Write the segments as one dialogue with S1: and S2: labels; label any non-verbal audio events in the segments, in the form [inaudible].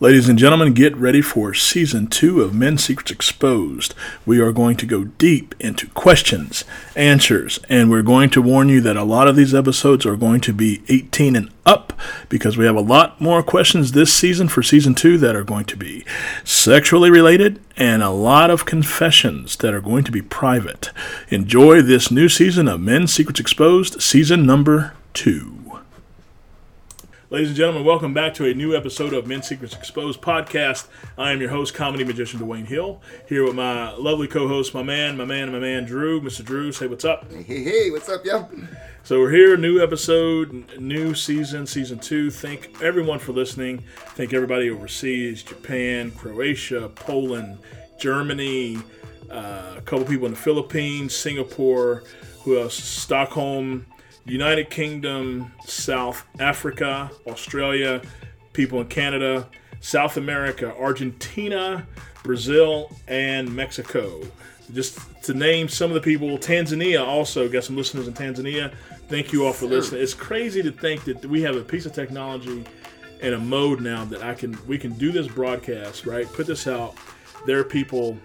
S1: Ladies and gentlemen, get ready for season two of Men's Secrets Exposed. We are going to go deep into questions, answers, and we're going to warn you that a lot of these episodes are going to be 18 and up because we have a lot more questions this season for season two that are going to be sexually related and a lot of confessions that are going to be private. Enjoy this new season of Men's Secrets Exposed, season number two. Ladies and gentlemen, welcome back to a new episode of Men's Secrets Exposed podcast. I am your host, comedy magician Dwayne Hill, here with my lovely co-host, my man, my man, my man, Drew. Mr. Drew, say what's up.
S2: Hey, hey, what's up, yo?
S1: So we're here, new episode, n- new season, season two. Thank everyone for listening. Thank everybody overseas, Japan, Croatia, Poland, Germany, uh, a couple people in the Philippines, Singapore, who else? Stockholm, United Kingdom, South Africa, Australia, people in Canada, South America, Argentina, Brazil, and Mexico. Just to name some of the people, Tanzania also got some listeners in Tanzania. Thank you all for listening. It's crazy to think that we have a piece of technology and a mode now that I can we can do this broadcast, right? Put this out. There are people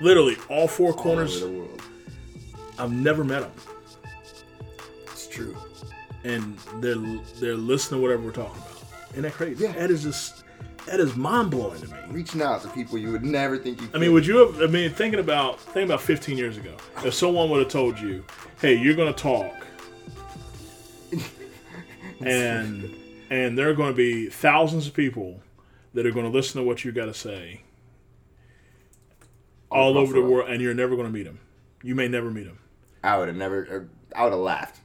S1: literally all four
S2: All over
S1: corners.
S2: the world.
S1: I've never met them.
S2: It's true.
S1: and they're they're listening to whatever we're talking about. Isn't that crazy?
S2: Yeah.
S1: That is just that is mind blowing to me.
S2: Reaching out to people you would never think you could.
S1: I mean, would you have? I mean, thinking about thinking about 15 years ago, if someone would have told you, "Hey, you're going to talk," and and there are going to be thousands of people that are going to listen to what you got to say all over the world, and you're never going to meet them. You may never meet them.
S2: I would have never. Or, I would have laughed.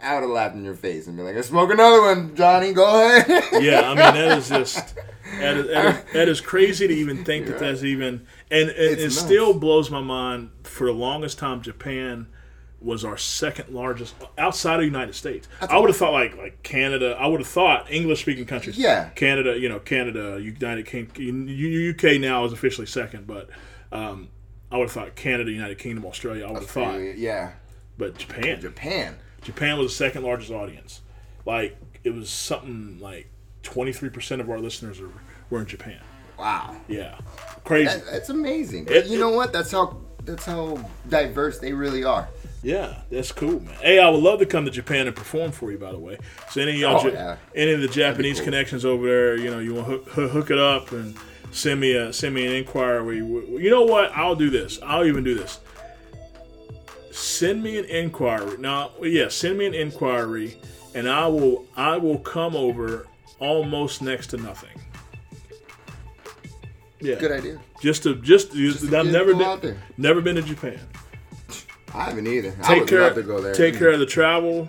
S2: I would have laughed in your face and be like, "Smoke another one, Johnny. Go ahead."
S1: yeah, I mean that is just that is, that is, that is crazy to even think that that's even and, and it
S2: nuts.
S1: still blows my mind. For the longest time, Japan was our second largest outside of the United States. I would have thought like like Canada. I would have thought English speaking countries.
S2: Yeah.
S1: Canada. You know, Canada, United Kingdom, UK now is officially second, but. Um, I would have thought Canada, United Kingdom, Australia. I would have thought,
S2: [laughs] yeah.
S1: but Japan,
S2: Japan.
S1: Japan was the second largest audience. Like it was something like twenty three percent of our listeners are, were in Japan.
S2: Wow.
S1: Yeah, crazy.
S2: That, that's amazing.
S1: It-
S2: you know what? That's how. That's how diverse they really are.
S1: yeah, that's cool, man. Hey, I would love to come to Japan and perform for you. By the way, so any of y'all,
S2: Oh,
S1: Ja-
S2: yeah.
S1: any of the Japanese connections over there, you know, you want to hook, hook- hook it up and send me a send me an inquiry. You, you know what? I'll do this. I'll even do this. Send me an inquiry. Now, yeah, send me an inquiry, and I will I will come over almost next to nothing. Yeah,
S2: Good idea.
S1: just to just, just
S2: to
S1: I've
S2: get
S1: never
S2: people out
S1: been
S2: there.
S1: never been to Japan
S2: I haven't either. I
S1: take
S2: would
S1: care
S2: love to go there.
S1: take care of the travel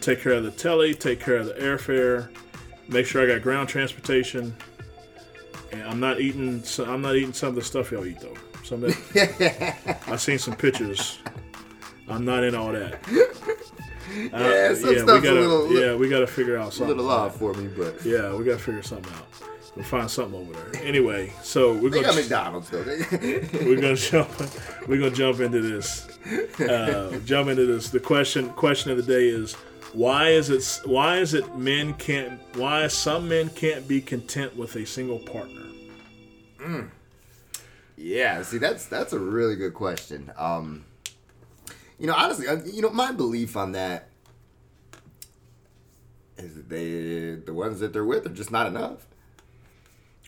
S1: take care of the telly take care of the airfare make sure i got ground transportation and i'm not eating so i'm not eating some of the stuff y'all eat though some of that
S2: [laughs]
S1: i seen some pictures i'm not in all that Uh,
S2: Yeah, some stuff's a
S1: gotta,
S2: little-
S1: yeah we gotta figure out
S2: A
S1: something
S2: little off for me, but
S1: yeah we gotta figure something out we'll find something over there anyway so we're
S2: they
S1: gonna
S2: got McDonald's though. [laughs]
S1: we're gonna jump. We're gonna jump into this. Uh, jump into this. The question question of the day is why is it why is it men can't why some men can't be content with a single partner?
S2: Yeah, see, that's that's a really good question. Um, you know, honestly, uh, you know, my belief on that is that they the ones that they're with are just not enough.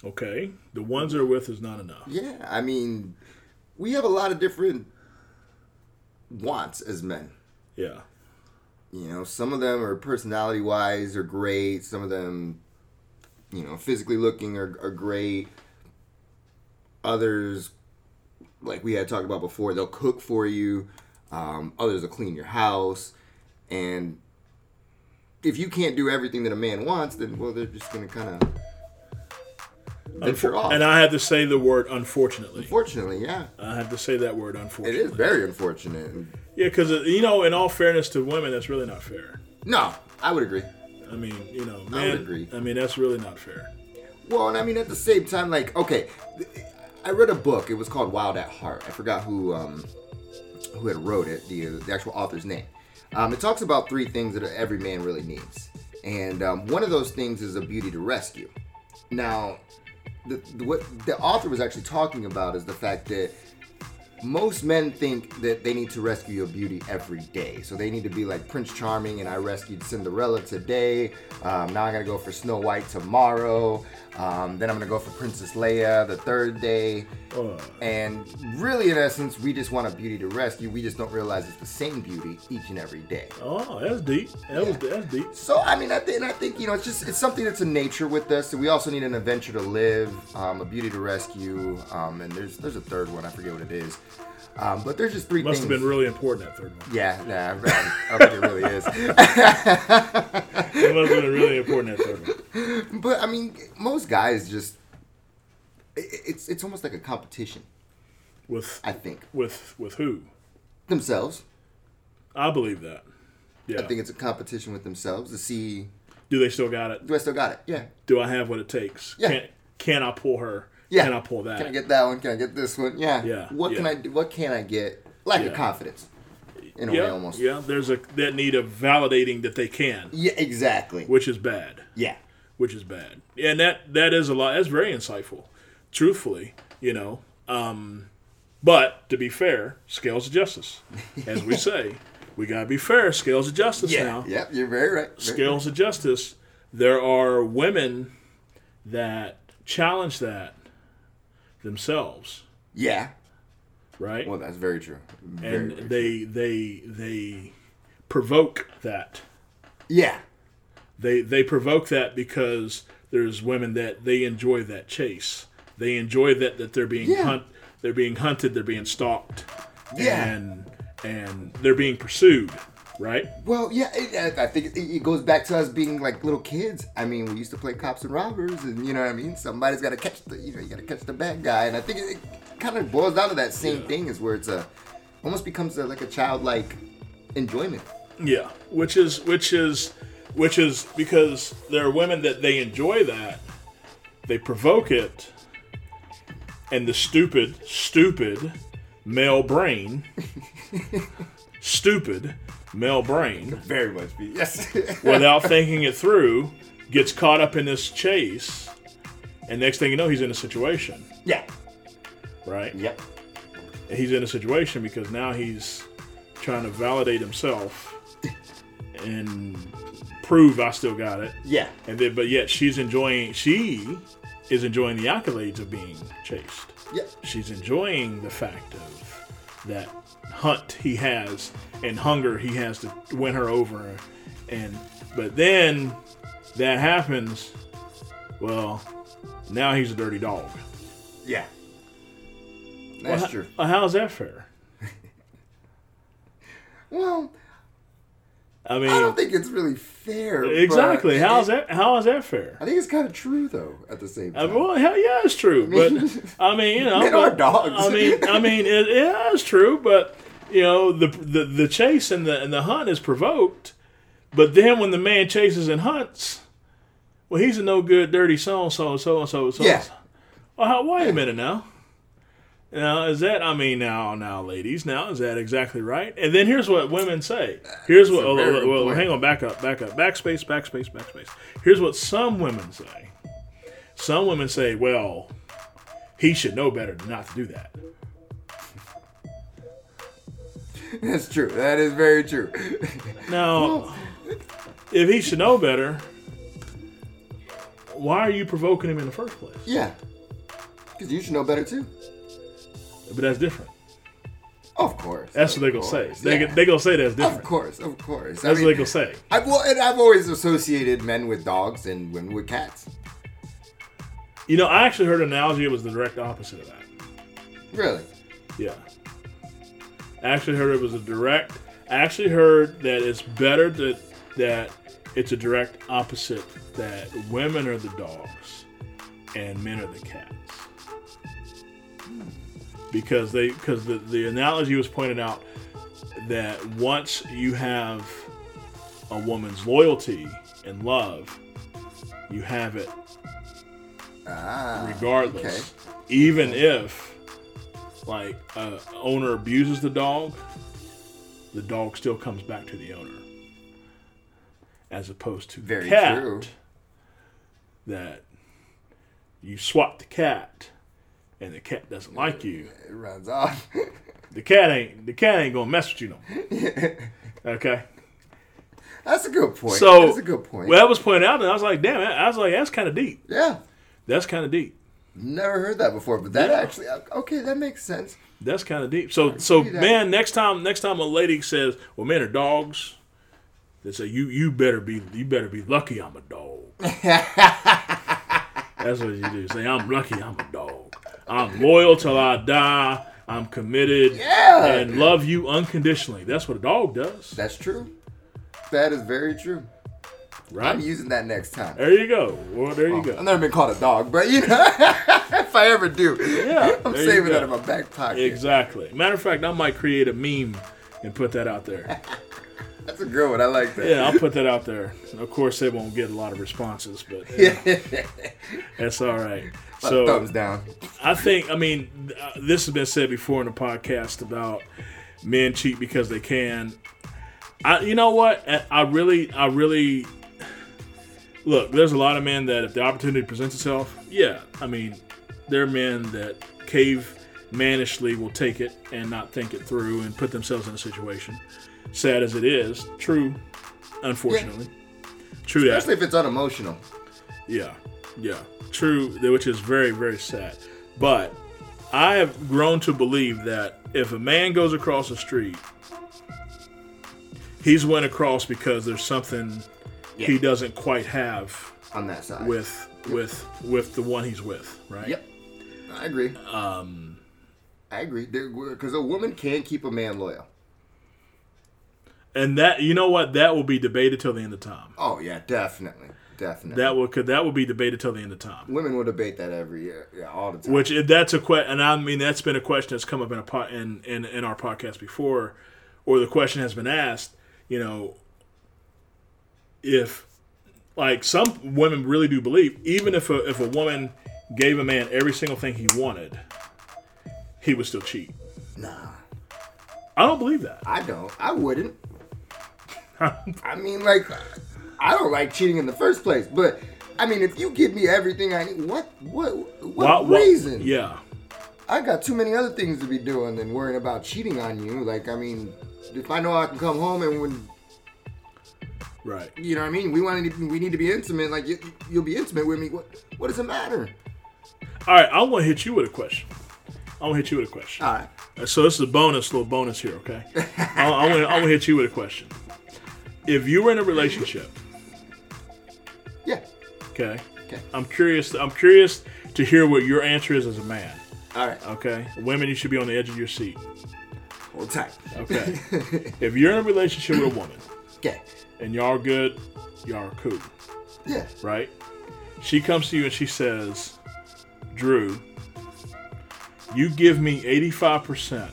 S1: Okay, the ones they're with is not enough.
S2: Yeah, I mean, we have a lot of different wants as men.
S1: Yeah,
S2: You know, some of them are personality wise are great. Some of them, you know, physically looking are, are great. Others, like we had talked about before, they'll cook for you. Um, others will clean your house. And if you can't do everything that a man wants, then, well, they're just going to kind of venture off.
S1: and I have to say the word unfortunately.
S2: Unfortunately, yeah.
S1: I have to say that word
S2: It
S1: unfortunately.
S2: is very unfortunate.
S1: Yeah, because you know, in all fairness to women, that's really not fair.
S2: No, I would agree.
S1: I mean, you know, man,
S2: I would agree.
S1: I mean, that's really not fair.
S2: Well, and I mean, at the same time, like, okay, th- I read a book. It was called Wild at Heart. I forgot who um, who had wrote it, the, uh, the actual author's name. Um, it talks about three things that every man really needs, and um, one of those things is a beauty to rescue. Now, the, the, what the author was actually talking about is the fact that most men think that they need to rescue a beauty every day. So they need to be like Prince Charming and I rescued Cinderella today. Um, now I'm gonna go for Snow White tomorrow. Um, then I'm gonna go for Princess Leia the third day. And really, in essence, we just want a beauty to rescue. We just don't realize it's the same beauty each and every day.
S1: Oh, that's deep. That was that's deep.
S2: So I mean, I th- and I think you know, it's just it's something that's in nature with us. So we also need an adventure to live, um, a beauty to rescue, um, and there's there's a third one. I forget what it is, um, but there's just three
S1: Must have
S2: things.
S1: been really important that third one.
S2: yeah, nah, I, I think it really is.
S1: [laughs] It must have been really important that third one.
S2: But I mean, most guys just i- i- it's it's almost like a competition.
S1: With
S2: I think
S1: with with who?
S2: themselves.
S1: I believe that. Yeah.
S2: I think it's a competition with themselves to see
S1: Do they still got it?
S2: do I still got it? Yeah.
S1: Do I have what it takes?
S2: Yeah.
S1: Can can I pull her?
S2: Yeah.
S1: Can I pull that?
S2: Can I get that one? Can I get this one? Yeah.
S1: Yeah,
S2: What can
S1: yeah.
S2: I do? What can I get? Lack of
S1: Yeah.
S2: confidence. In a way,
S1: yeah,
S2: almost.
S1: yeah, there's a that need of validating that they can,
S2: Yeah, exactly.
S1: which is bad.
S2: Yeah.
S1: which is bad. And that that is a lot. That's very insightful, truthfully. You know, um, but to be fair, scales of justice, as
S2: [laughs]
S1: we say, we gotta be fair. Scales of justice now.
S2: Yep, you're very right. Very-
S1: Scales of justice. There are women that challenge that themselves,
S2: Yeah.
S1: right?
S2: Well, that's very true. Very,
S1: and
S2: very-
S1: they they they provoke that.
S2: yeah.
S1: they they provoke that because there's women that they enjoy that chase. They enjoy that that they're being
S2: Yeah.
S1: hunt they're being hunted, they're being stalked,
S2: Yeah.
S1: and and they're being pursued, right?
S2: Well, yeah, it, I I think it, it goes back to us being like little kids. I mean, we used to play cops and robbers, and you know what I mean. Somebody's got to catch the, you know, you got to catch the bad guy, and I think it, it kind of boils down to that same thing, is where it's a, almost becomes a, like a childlike enjoyment.
S1: Yeah, which is which is which is because there are women that they enjoy that, they provoke it, and the stupid, stupid male brain, stupid male brain.
S2: Very much, [laughs] yes.
S1: without thinking it through, gets caught up in this chase, and next thing you know, he's in a situation,
S2: yeah.
S1: right?
S2: Yep.
S1: And He's in a situation because now he's trying to validate himself and prove I still got it.
S2: Yeah.
S1: And then, but yet she's enjoying, she is enjoying the accolades of being chased.
S2: Yep.
S1: She's enjoying the fact of that hunt he has and hunger he has to win her over. And but then that happens. Well, now he's a dirty dog.
S2: Yeah. That's
S1: Well,
S2: true.
S1: h- Uh, How's that fair?
S2: [laughs] Well,
S1: I
S2: I don't
S1: mean,
S2: think it's really fair. but-
S1: exactly. How's that? How is that fair?
S2: I think it's kind of true though. At the same
S1: Uh,
S2: time,
S1: Well, hell yeah, it's
S2: [laughs]
S1: true. But I mean, you know,
S2: Men are
S1: but-
S2: dogs.
S1: I mean, I mean, it, yeah, it's true. But you know, the, the the chase and the and the hunt is provoked. But then when the man chases and hunts, well, he's a no good, dirty so and so, so and so, so.
S2: Yeah. [laughs]
S1: Well, Oh, how, wait a minute now. Now is that? I mean, now, now, ladies, now is that exactly right? And then here's what women say. Here's what.
S2: a
S1: Oh,
S2: very
S1: oh,
S2: good
S1: oh,
S2: point.
S1: hang on, back up, back up, backspace, backspace, backspace. Here's what some women say. Some women say, "Well, he should know better than not to do that."
S2: that's true. That is very true. [laughs]
S1: Now, if he should know better, why are you provoking him in the first place?
S2: yeah, because you should know better too.
S1: But that's different.
S2: Of course.
S1: That's
S2: of
S1: what they're gonna
S2: course.
S1: say. They
S2: yeah.
S1: they gonna say that's
S2: Of
S1: different.
S2: course, of course.
S1: That's
S2: I
S1: what they
S2: mean,
S1: gonna say.
S2: I, well, and I've always associated men with dogs and women with cats.
S1: You know, I actually heard an analogy. It was the direct opposite of that.
S2: Really?
S1: Yeah. I actually heard it was a direct. I actually heard that it's better that that it's a direct opposite that women are the dogs and men are the cats. Because they because the, the analogy was pointed out that once you have a woman's loyalty and love, you have it
S2: Ah.
S1: regardless. Even if like a owner abuses the dog, the dog still comes back to the owner. As opposed to
S2: Very
S1: cat,
S2: true.
S1: that You swat the cat, and the cat doesn't like you.
S2: It runs off. [laughs]
S1: The cat ain't the cat ain't gonna mess with you no.
S2: [laughs]
S1: more. Okay.
S2: That's a good point.
S1: So
S2: that's a good point.
S1: Well, that was pointed out, and I was like, damn, I was like, that's kind of deep.
S2: yeah,
S1: That's kind of deep.
S2: never heard that before, but that actually uh, okay, that makes sense.
S1: That's kind of deep. So, so
S2: that.
S1: man, next time, next time a lady says, "Well, men are dogs," they say, "You, you better be, you better be lucky I'm a
S2: [laughs]
S1: dog." That's what you do. Say, "I'm lucky I'm a dog. I'm loyal till I die. I'm committed
S2: Yeah.
S1: and love you unconditionally." That's what a dog does,
S2: That's true. That is very true. I'm
S1: right?
S2: using that next time.
S1: There you go. Well, there you
S2: I've
S1: go.
S2: never been called a dog, but you know, [laughs] if I ever do,
S1: Yeah,
S2: [laughs] I'm
S1: there you
S2: saving
S1: go.
S2: that in my back pocket.
S1: Exactly. Matter of fact, I might create a meme and put that out there.
S2: That's a good one. I like that.
S1: Yeah, I'll put that out there. Of course, they won't get a lot of responses,
S2: [laughs]
S1: but yeah, that's all right. So
S2: Thumbs down.
S1: I think, I mean, th- uh, this has been said before in the podcast about men cheat because they can. I, you know what? I- I really, I really look. There's a lot of men that, if the opportunity presents itself, yeah, I mean, there are men that cave manishly will take it and not think it through and put themselves in a situation. Sad as it is, true, unfortunately, true that.
S2: Especially if it's unemotional.
S1: Yeah, yeah, true, th- which is very, very sad. But I have grown to believe that if a man goes across the street, he's went across because there's something he doesn't quite have
S2: on that side.
S1: with with with the one he's with, right?
S2: Yep. I agree. Um, I agree. Because a woman can keep a man loyal.
S1: And that you know what that will be debated till the end of time.
S2: Oh yeah, definitely, definitely.
S1: That will could that will be debated till the end of time.
S2: women will debate that every year, yeah, all the time.
S1: Which if that's a question, and I mean that's been a question that's come up in a po- in, in in our podcast before, or the question has been asked. You know, if like some women really do believe, even if a, if a woman gave a man every single thing he wanted, he would still cheat.
S2: nah,
S1: I don't believe that.
S2: I don't. I wouldn't. I mean, like, I don't like cheating in the first place. But I mean, if you give me everything I need, what, what, what,
S1: Why- why-
S2: reason?
S1: yeah,
S2: I got too many other things to be doing than worrying about cheating on you. Like, I mean, if I know I can come home and when
S1: right.
S2: You know what I mean? We want to. We need to be intimate. Like you, you'll be intimate with me. What? What does it matter?
S1: All right, I want to hit you with a question. I want to hit you with a question.
S2: All right.
S1: So this is a bonus, little bonus here, okay? I, I want to I wanna hit you with a question. If you were in a relationship,
S2: Yeah.
S1: okay,
S2: Okay.
S1: I'm curious. I'm curious to hear what your answer is as a man.
S2: All right.
S1: Okay, women, you should be on the edge of your seat.
S2: Hold tight.
S1: Okay, if you're in a relationship with a woman
S2: Okay.
S1: and y'all are good, y'all are cool,
S2: Yeah.
S1: right? She comes to you and she says, "Drew, you give me 85%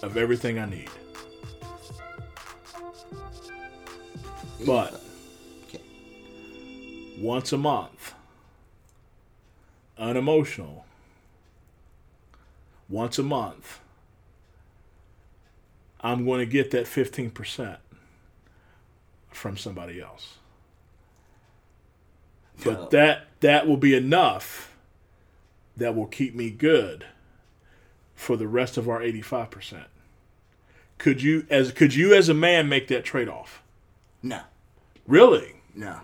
S1: of everything I need, but
S2: Okay.
S1: once a month, unemotional. Once a month, I'm going to get that 15% from somebody else. But
S2: No.
S1: that that will be enough that will keep me good for the rest of our 85%. Could you as could you as a man make that trade-off?
S2: No.
S1: Really?
S2: No.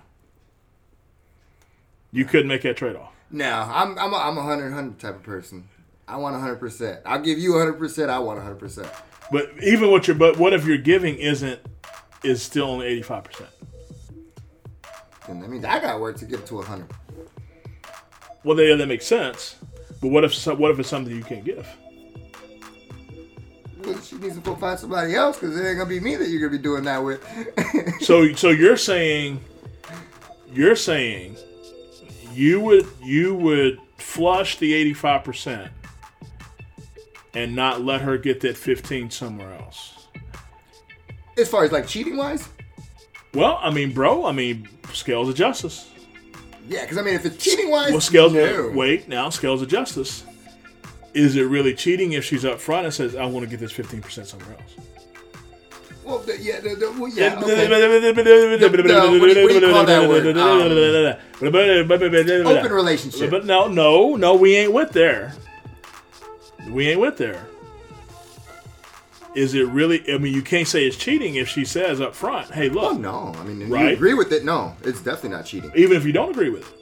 S1: You couldn't make that trade-off.
S2: No. I'm I'm a, I'm a hundred hundred type of person. I want hundred percent. I'll give you hundred percent. I want hundred percent.
S1: But even what you're, but what if you're giving isn't, is still only eighty five percent.
S2: And that means I got work to get to hundred.
S1: Well, that that makes sense. But what if so- what if it's something you can't give?
S2: Well, she needs to go find somebody else because it ain't gonna be me that you're gonna be doing that with. [laughs]
S1: So so you're saying, you're saying, you would you would flush the eighty five percent and not let her get that fifteen somewhere else.
S2: as far as like cheating wise,
S1: Well, I mean, bro, I mean, scales of justice.
S2: yeah. Because I mean, if it's cheating wise,
S1: Well, scales.
S2: no.
S1: Wait, now scales of justice. Is it really cheating if she's up front and says, "I want to get this fifteen percent somewhere else"?
S2: Well, th- yeah, th- th- well,
S1: What [laughs]
S2: yeah.
S1: do
S2: Okay.
S1: you-
S2: what do you call that [laughs] word?
S1: Um,
S2: Open relationship.
S1: But no, no, no, we ain't with there. We ain't with there. Is it really? I mean, you can't say it's cheating if she says up front, "Hey, look."
S2: Oh, no, I mean, if you
S1: Right.
S2: agree with it? No, it's definitely not cheating.
S1: Even if you don't agree with it,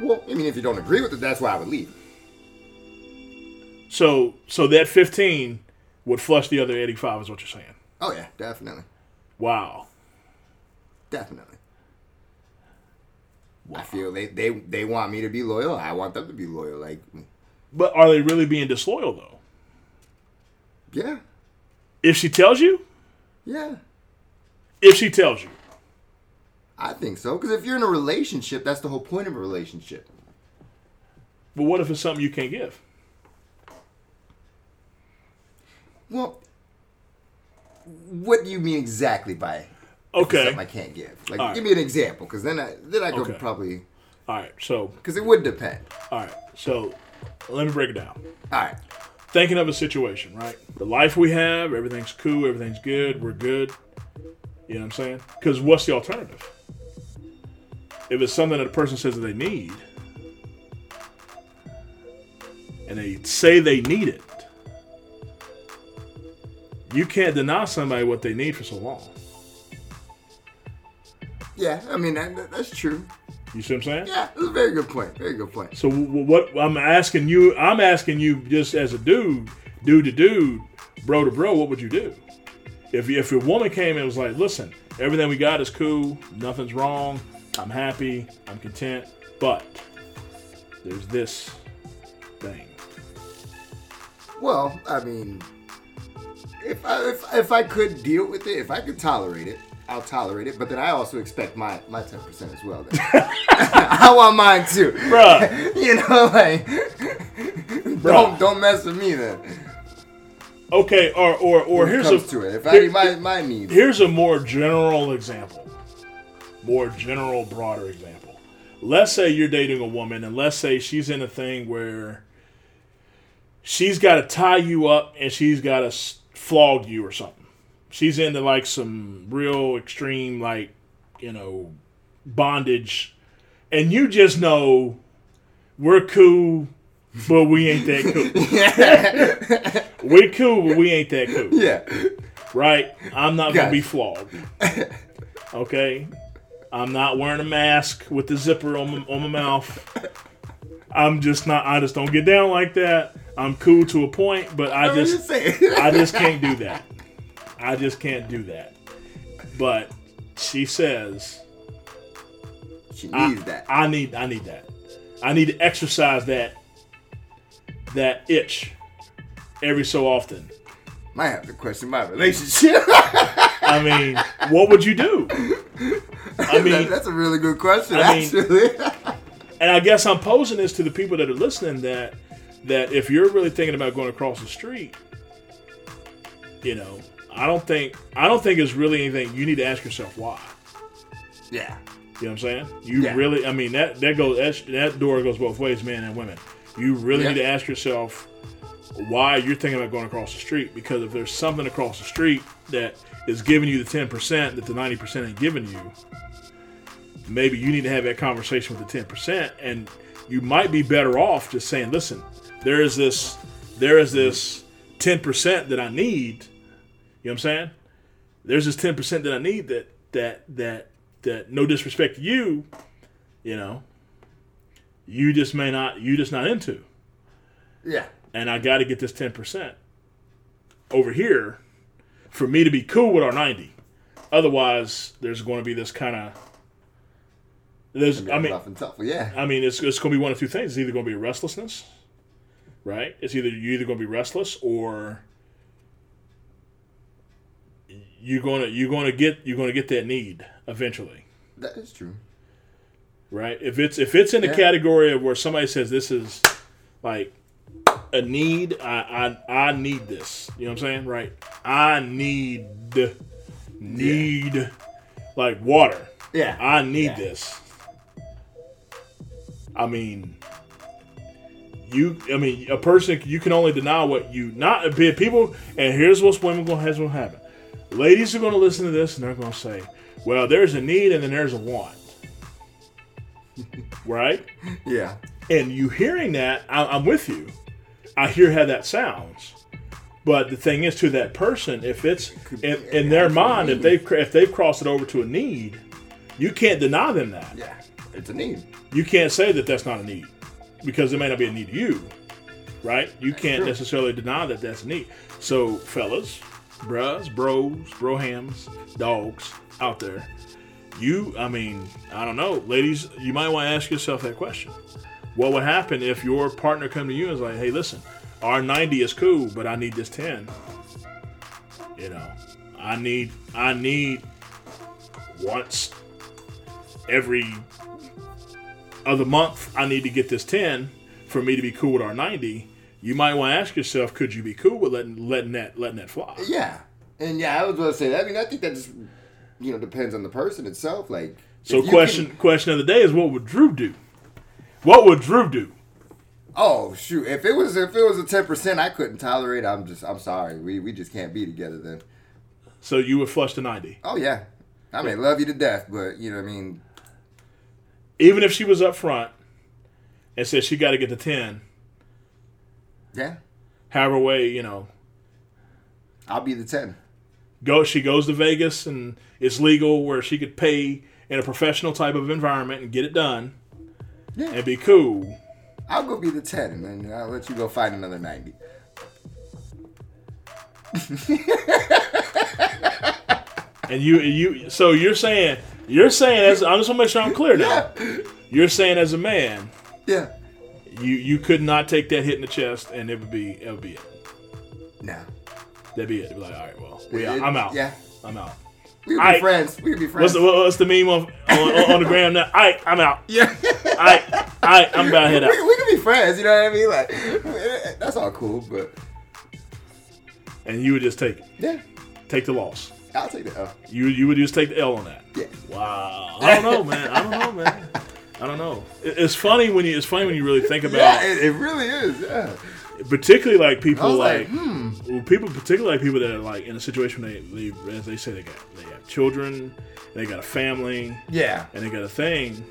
S2: Well, I mean, if you don't agree with it, that's why I would leave.
S1: so so that fifteen would flush the other eighty-five, is what you're saying.
S2: Oh yeah, definitely,
S1: Wow.
S2: definitely. I feel they, they they want me to be loyal. I want them to be loyal. Like,
S1: But are they really being disloyal though?
S2: yeah,
S1: If she tells you,
S2: yeah.
S1: if she tells you,
S2: I think so. Because if you're in a relationship, that's the whole point of a relationship.
S1: but what if it's something you can't give?
S2: Well, what do you mean exactly by
S1: Okay.
S2: something I can't give? Like,
S1: All right.
S2: give me an example, because then I then I
S1: Okay.
S2: could probably
S1: All right. So
S2: because it would depend.
S1: all right. So let me break it down.
S2: All right,
S1: thinking of a situation, right? The life we have, everything's cool, everything's good, we're good. You know what I'm saying? Because what's the alternative? If it's something that a person says that they need, and they say they need it, you can't deny somebody what they need for so long.
S2: yeah. I mean that, that- that's true.
S1: You see what I'm saying?
S2: Yeah, that's a very good point. Very good point.
S1: So w- w- what I'm asking you, I'm asking you just as a dude, dude to dude, bro to bro, what would you do? If if your woman came and was like, "Listen, everything we got is cool, nothing's wrong, I'm happy, I'm content, but there's this thing."
S2: Well, I mean, if I, if, if I could deal with it, if I could tolerate it, I'll tolerate it. But then I also expect my my ten percent as well. Then. [laughs] I want mine too,
S1: Bruh.
S2: you know, like don't
S1: Bruh.
S2: don't mess with me then.
S1: Okay, or or or
S2: When it
S1: here's
S2: comes
S1: a
S2: to it. If I
S1: here-
S2: need my my needs,
S1: Here's a more general example. More general, broader example. Let's say you're dating a woman, and let's say she's in a thing where she's got to tie you up and she's got to flog you or something. She's into like some real extreme, like, you know, bondage. And you just know we're cool, but we ain't that cool. we cool, but we ain't that cool
S2: [laughs] yeah,
S1: right? I'm not gonna
S2: Gotcha.
S1: be flogged. Okay, I'm not wearing a mask with the zipper on my, on my mouth. I'm just not. I just don't get down like that. I'm cool to a point, but I
S2: I
S1: just
S2: just saying.
S1: I just can't do that. I just can't do that. But she says
S2: [laughs] she needs that.
S1: I need I need that. I need to exercise that that itch every so often.
S2: Might have to question my relationship. [laughs]
S1: I mean, what would you do?
S2: [laughs]
S1: I mean,
S2: that's a really good question,
S1: I mean-
S2: actually. [laughs]
S1: and I guess I'm posing this to the people that are listening that that if you're really thinking about going across the street, you know, I don't think I don't think it's really anything you need to ask yourself why. You know
S2: yeah,
S1: what I'm saying? You
S2: Yeah.
S1: really, I mean that that goes that, that door goes both ways, men and women. You really
S2: Yeah.
S1: need to ask yourself why you're thinking about going across the street because if there's something across the street that is giving you the ten percent that the ninety percent ain't giving you, maybe you need to have that conversation with the ten percent, and you might be better off just saying, "Listen, there is this, there is this ten percent that I need." You know what I'm saying? There's this ten percent that I need that that that that no disrespect to you, you know, you just may not you just not into.
S2: yeah.
S1: And I gotta get this ten percent over here for me to be cool with our ninety. Otherwise there's gonna be this kind of there's I mean
S2: rough and tough. Yeah.
S1: I mean, it's, it's going to be one of two things. It's either going to be restlessness, right? It's either you're either going to be restless or you're going to you're going to get you're going to get that need eventually,
S2: That is true.
S1: right? If it's if it's in the
S2: Yeah.
S1: category of where somebody says this is like a need, I I, I need this. You know what I'm saying, right? I need need like water.
S2: Yeah.
S1: I need
S2: Yeah.
S1: this. I mean, You, I mean, a person you can only deny what you not be people. And here's what's women going has going to happen. Ladies are going to listen to this and they're going to say, "Well, there's a need and then there's a want." [laughs] right?
S2: Yeah.
S1: And you hearing that, I, I'm with you. I hear how that sounds. But the thing is, to that person, if it's in, in their mind, if they've if they've crossed it over to a need, you can't deny them that.
S2: Yeah. It's a need.
S1: You can't say that that's not a need because it may not be a need to you, right? You can't
S2: true.
S1: necessarily deny that that's a need. So, fellas, bruhs, bros, brohams, dogs out there, you, I mean, I don't know, ladies, you might want to ask yourself that question. What would happen if your partner come to you and is like, "Hey, listen, our 90 is cool, but I need this 10." You know, I need I need once every other month I need to get this 10 for me to be cool with our 90. You might want to ask yourself, could you be cool with letting letting that letting that fly?
S2: Yeah. And yeah, I was going to say that. I mean, I think that just, you know, depends on the person itself. Like,
S1: So
S2: if you
S1: question
S2: can-
S1: question of the day is what would Drew do? What would Drew do?
S2: oh shoot! If it was if it was a ten percent, I couldn't tolerate. I'm just I'm sorry. We we just can't be together then.
S1: So you would flush the 90.
S2: Oh yeah. I mean, love you to death, but you know, what I mean,
S1: Even if she was up front and said she got to get the 10,
S2: yeah,
S1: however way, you know,
S2: I'll be the ten.
S1: go she goes to Vegas and it's legal where she could pay in a professional type of environment and get it done
S2: Yeah.
S1: and be cool.
S2: I'll go be the ten, and then I'll let you go find another ninety.
S1: And you you so you're saying you're saying as I just want to make sure I'm clear now. You're saying as a man,
S2: Yeah.
S1: you you could not take that hit in the chest and it would be it would be it.
S2: No.
S1: That'd be it. It'd be like, all right, well, we
S2: It-
S1: out. I'm out.
S2: yeah.
S1: I'm out.
S2: We would be
S1: Aight.
S2: friends. We would be friends.
S1: What's the what- what's the meme of, on, on, on the gram now? I I'm out.
S2: yeah.
S1: I I I'm about to
S2: [laughs]
S1: head
S2: we,
S1: out.
S2: we could be friends. You know what I mean? Like, that's all cool, but
S1: And you would just take it.
S2: yeah,
S1: take the loss.
S2: I'll take the L.
S1: You you would just take the L on that.
S2: Yeah.
S1: Wow. I don't know, man. I don't know, man. I don't know. It- It's funny when you it's funny when you really think about
S2: Yeah, it, it really is. Yeah.
S1: particularly like
S2: I
S1: people
S2: was
S1: like,
S2: like, hmm.
S1: well, people particularly like people that are like in a situation where they, they as they say they got they have children, they got a family,
S2: Yeah.
S1: and they got a thing.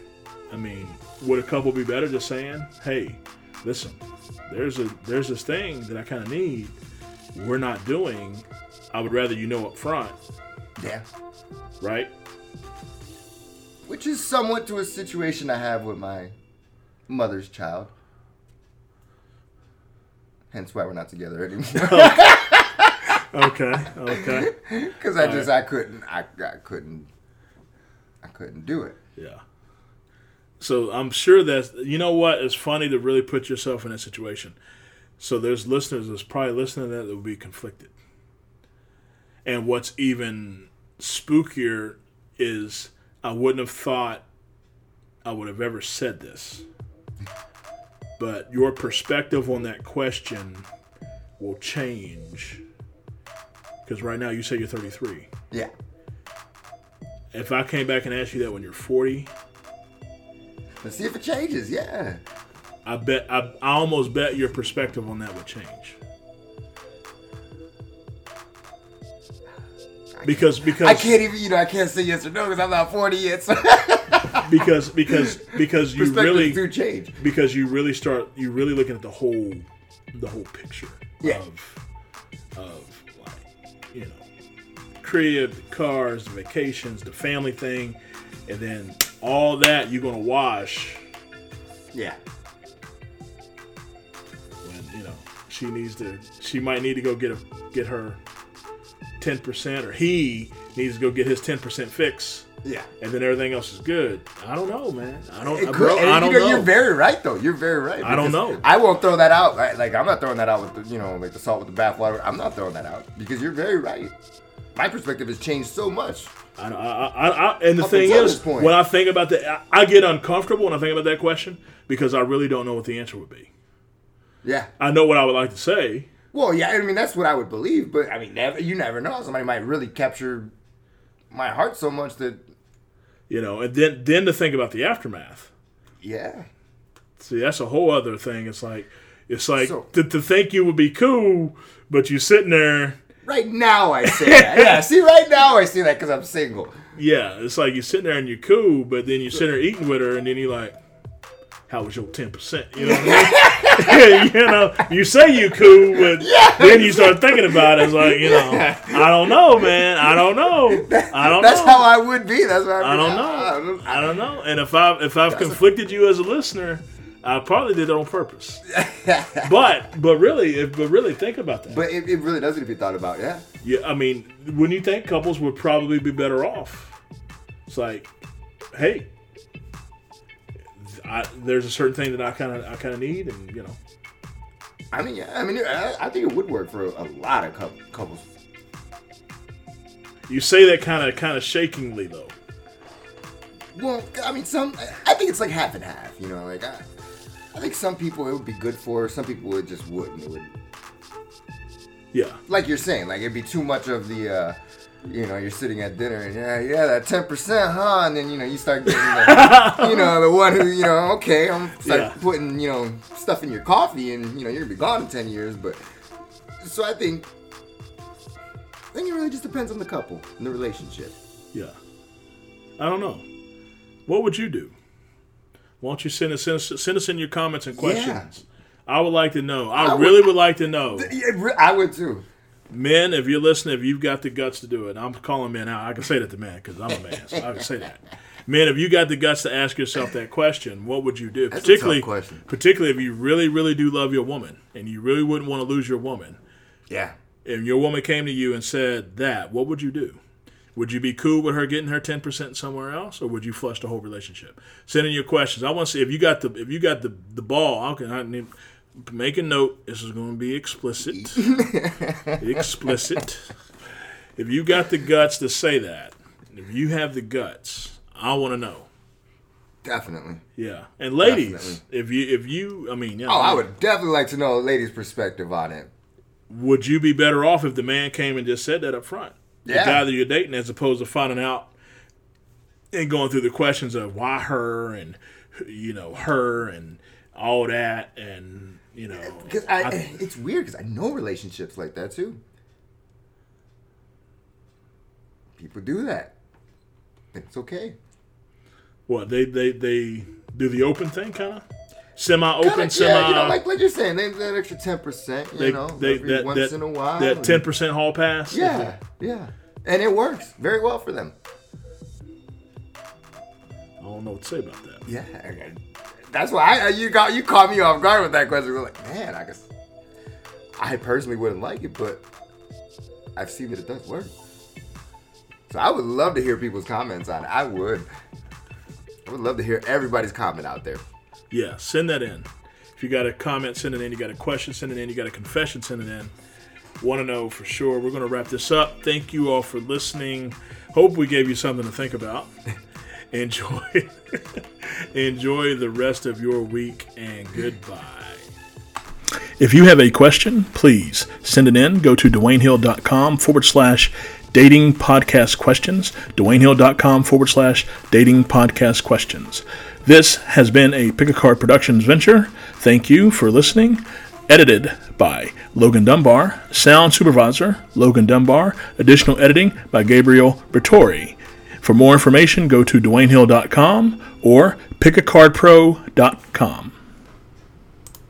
S1: I mean, would a couple be better just saying, "Hey, listen, there's a there's this thing that I kind of need. We're not doing. I would rather you know up front,
S2: Yeah.
S1: right?
S2: Which is somewhat to a situation I have with my mother's child. Hence why we're not together
S1: [laughs]
S2: anymore. [laughs]
S1: Okay, [laughs] okay,
S2: Because I just I couldn't I, I couldn't I couldn't do it.
S1: yeah." So I'm sure that's you know what it's funny to really put yourself in that situation. So there's listeners that's probably listening to that that will be conflicted. And what's even spookier is I wouldn't have thought I would have ever said this. But your perspective on that question will change. Because right now you say you're 33.
S2: Yeah.
S1: If I came back and asked you that when you're 40,
S2: Let's see if it changes. Yeah.
S1: I bet I, I almost bet your perspective on that would change. Because because
S2: I can't even you know I can't say yes or no because I'm not 40 yet. So [laughs]
S1: because because because you
S2: perspectives
S1: really
S2: do change.
S1: because you really start you really looking at the whole the whole picture
S2: Yeah.
S1: of of like you know crib the cars the vacations the family thing and then all that you're gonna wash
S2: Yeah.
S1: when you know she needs to she might need to go get a get her 10% or he needs to go get his 10% fix
S2: Yeah.
S1: and then everything else is good i don't know man i don't
S2: It
S1: bro,
S2: could, and
S1: i don't
S2: you know,
S1: know
S2: You're very right, though. You're very right.
S1: I don't
S2: because
S1: know.
S2: I won't throw that out. Right? Like I'm not throwing that out with the, you know like the salt with the bathwater. I'm not throwing that out because you're very right. My perspective has changed so much.
S1: I, I, I, I, and the
S2: Up
S1: thing
S2: until
S1: is,
S2: this point.
S1: when I think about that, I, I get uncomfortable when I think about that question because I really don't know what the answer would be.
S2: Yeah.
S1: I know what I would like to say.
S2: Well, yeah. I mean, that's what I would believe, but I mean, never, you never know. Somebody might really capture my heart so much that
S1: You know, and then then to think about the aftermath.
S2: yeah,
S1: See, that's a whole other thing. It's like It's like
S2: So-
S1: to, to think you would be cool, but you're sitting there.
S2: Right now, I say
S1: [laughs]
S2: that. Yeah, see, right now I say that because I'm single.
S1: Yeah, it's like you're sitting there and you're cool, but then you're sitting there eating with her, and then you're like, "How was your ten percent?" You know, what I
S2: [laughs]
S1: mean? [laughs] you know, you say you cool, but then you start thinking about it. It's like, you know, I don't know, man. I don't know. I don't
S2: That's
S1: know.
S2: how I would be. That's what
S1: I
S2: I,
S1: don't
S2: mean.
S1: know. I don't know. And if I if I've conflicted you as a listener, I probably did it on
S2: [laughs]
S1: purpose. but but really, if, but really, think about that.
S2: But it, it really doesn't to be thought about. Yeah.
S1: yeah, I mean, when you think couples would probably be better off, it's like, hey, I, there's a certain thing that I kind of I kind of need, and you know,
S2: I mean, yeah. I mean, I, I think it would work for a, lot of cou- couples.
S1: you say that kind of kind of shakingly though.
S2: Well, I mean, some. I think it's like half and half. You know, like I, I think some people it would be good for. Some people it just wouldn't. It would
S1: Yeah,
S2: like you're saying, like it'd be too much of the, uh, you know, you're sitting at dinner and yeah, yeah, that ten percent, huh? And then you know you start getting, the, you know, the one who you know, okay, I'm start
S1: Yeah.
S2: putting you know stuff in your coffee, and you know you're gonna be gone in ten years, but so I think, I think it really just depends on the couple and the relationship.
S1: yeah. I don't know. What would you do? Why don't you send us send us, send us in your comments and questions? I would like to know. I,
S2: would-
S1: really would like to know.
S2: Yeah, re- I would too.
S1: Men, if you're listening, if you've got the guts to do it, I'm calling men out. I can say that to men because I'm a man. So I can say that. Men, if you got the guts to ask yourself that question, what would you do?
S2: a tough
S1: particularly,
S2: question.
S1: particularly if you really, really do love your woman and you really wouldn't want to lose your woman,
S2: Yeah.
S1: and your woman came to you and said that, what would you do? Would you be cool with her getting her ten percent somewhere else, or would you flush the whole relationship? Send in your questions. I want to see if you got the if you got the the ball. I can I need, make a note. This is going to be
S2: [laughs]
S1: explicit. explicit. If you got the guts to say that, if you have the guts, I want to know.
S2: Definitely.
S1: Yeah, and ladies, if you if you, I mean, yeah,
S2: Oh, I would definitely like to know a lady's perspective on it.
S1: would you be better off if the man came and just said that up front? The
S2: Yeah.
S1: guy that you're dating, as opposed to finding out and going through the questions of why her and you know her and all that and you know
S2: Because I, [clears throat] it's weird because I know relationships like that too. People do that. It's okay.
S1: what they they they do the open thing kind of semi
S2: Kinda,
S1: open semi
S2: yeah, you know, like like you're saying, they, that extra ten percent, you
S1: they,
S2: know,
S1: they,
S2: every
S1: that,
S2: once
S1: that,
S2: in a while.
S1: that
S2: and-
S1: ten percent hall pass
S2: Yeah, yeah, and it works very well for them.
S1: I don't know what to say about that
S2: Yeah, okay. that's why I, you got you caught me off guard with that question. We're like, man, I guess I personally wouldn't like it, but I've seen that it does work. So I would love to hear people's comments on it. I would. I would love to hear everybody's comment out there.
S1: Yeah, send that in. If you got a comment, send it in. You got a question, send it in. You got a confession, send it in. Want to know for sure. We're going to wrap this up. Thank you all for listening. Hope we gave you something to think about. [laughs] Enjoy. [laughs] Enjoy the rest of your week and goodbye. If you have a question, please send it in. Go to DwayneHill.com forward slash dating podcast questions. DwayneHill.com forward slash dating podcast questions. This has been a Pick a Card Productions venture. Thank you for listening. Edited by Logan Dunbar, sound supervisor Logan Dunbar, additional editing by Gabriel Bertori. For more information, go to DwayneHill.com or PickACardPro.com.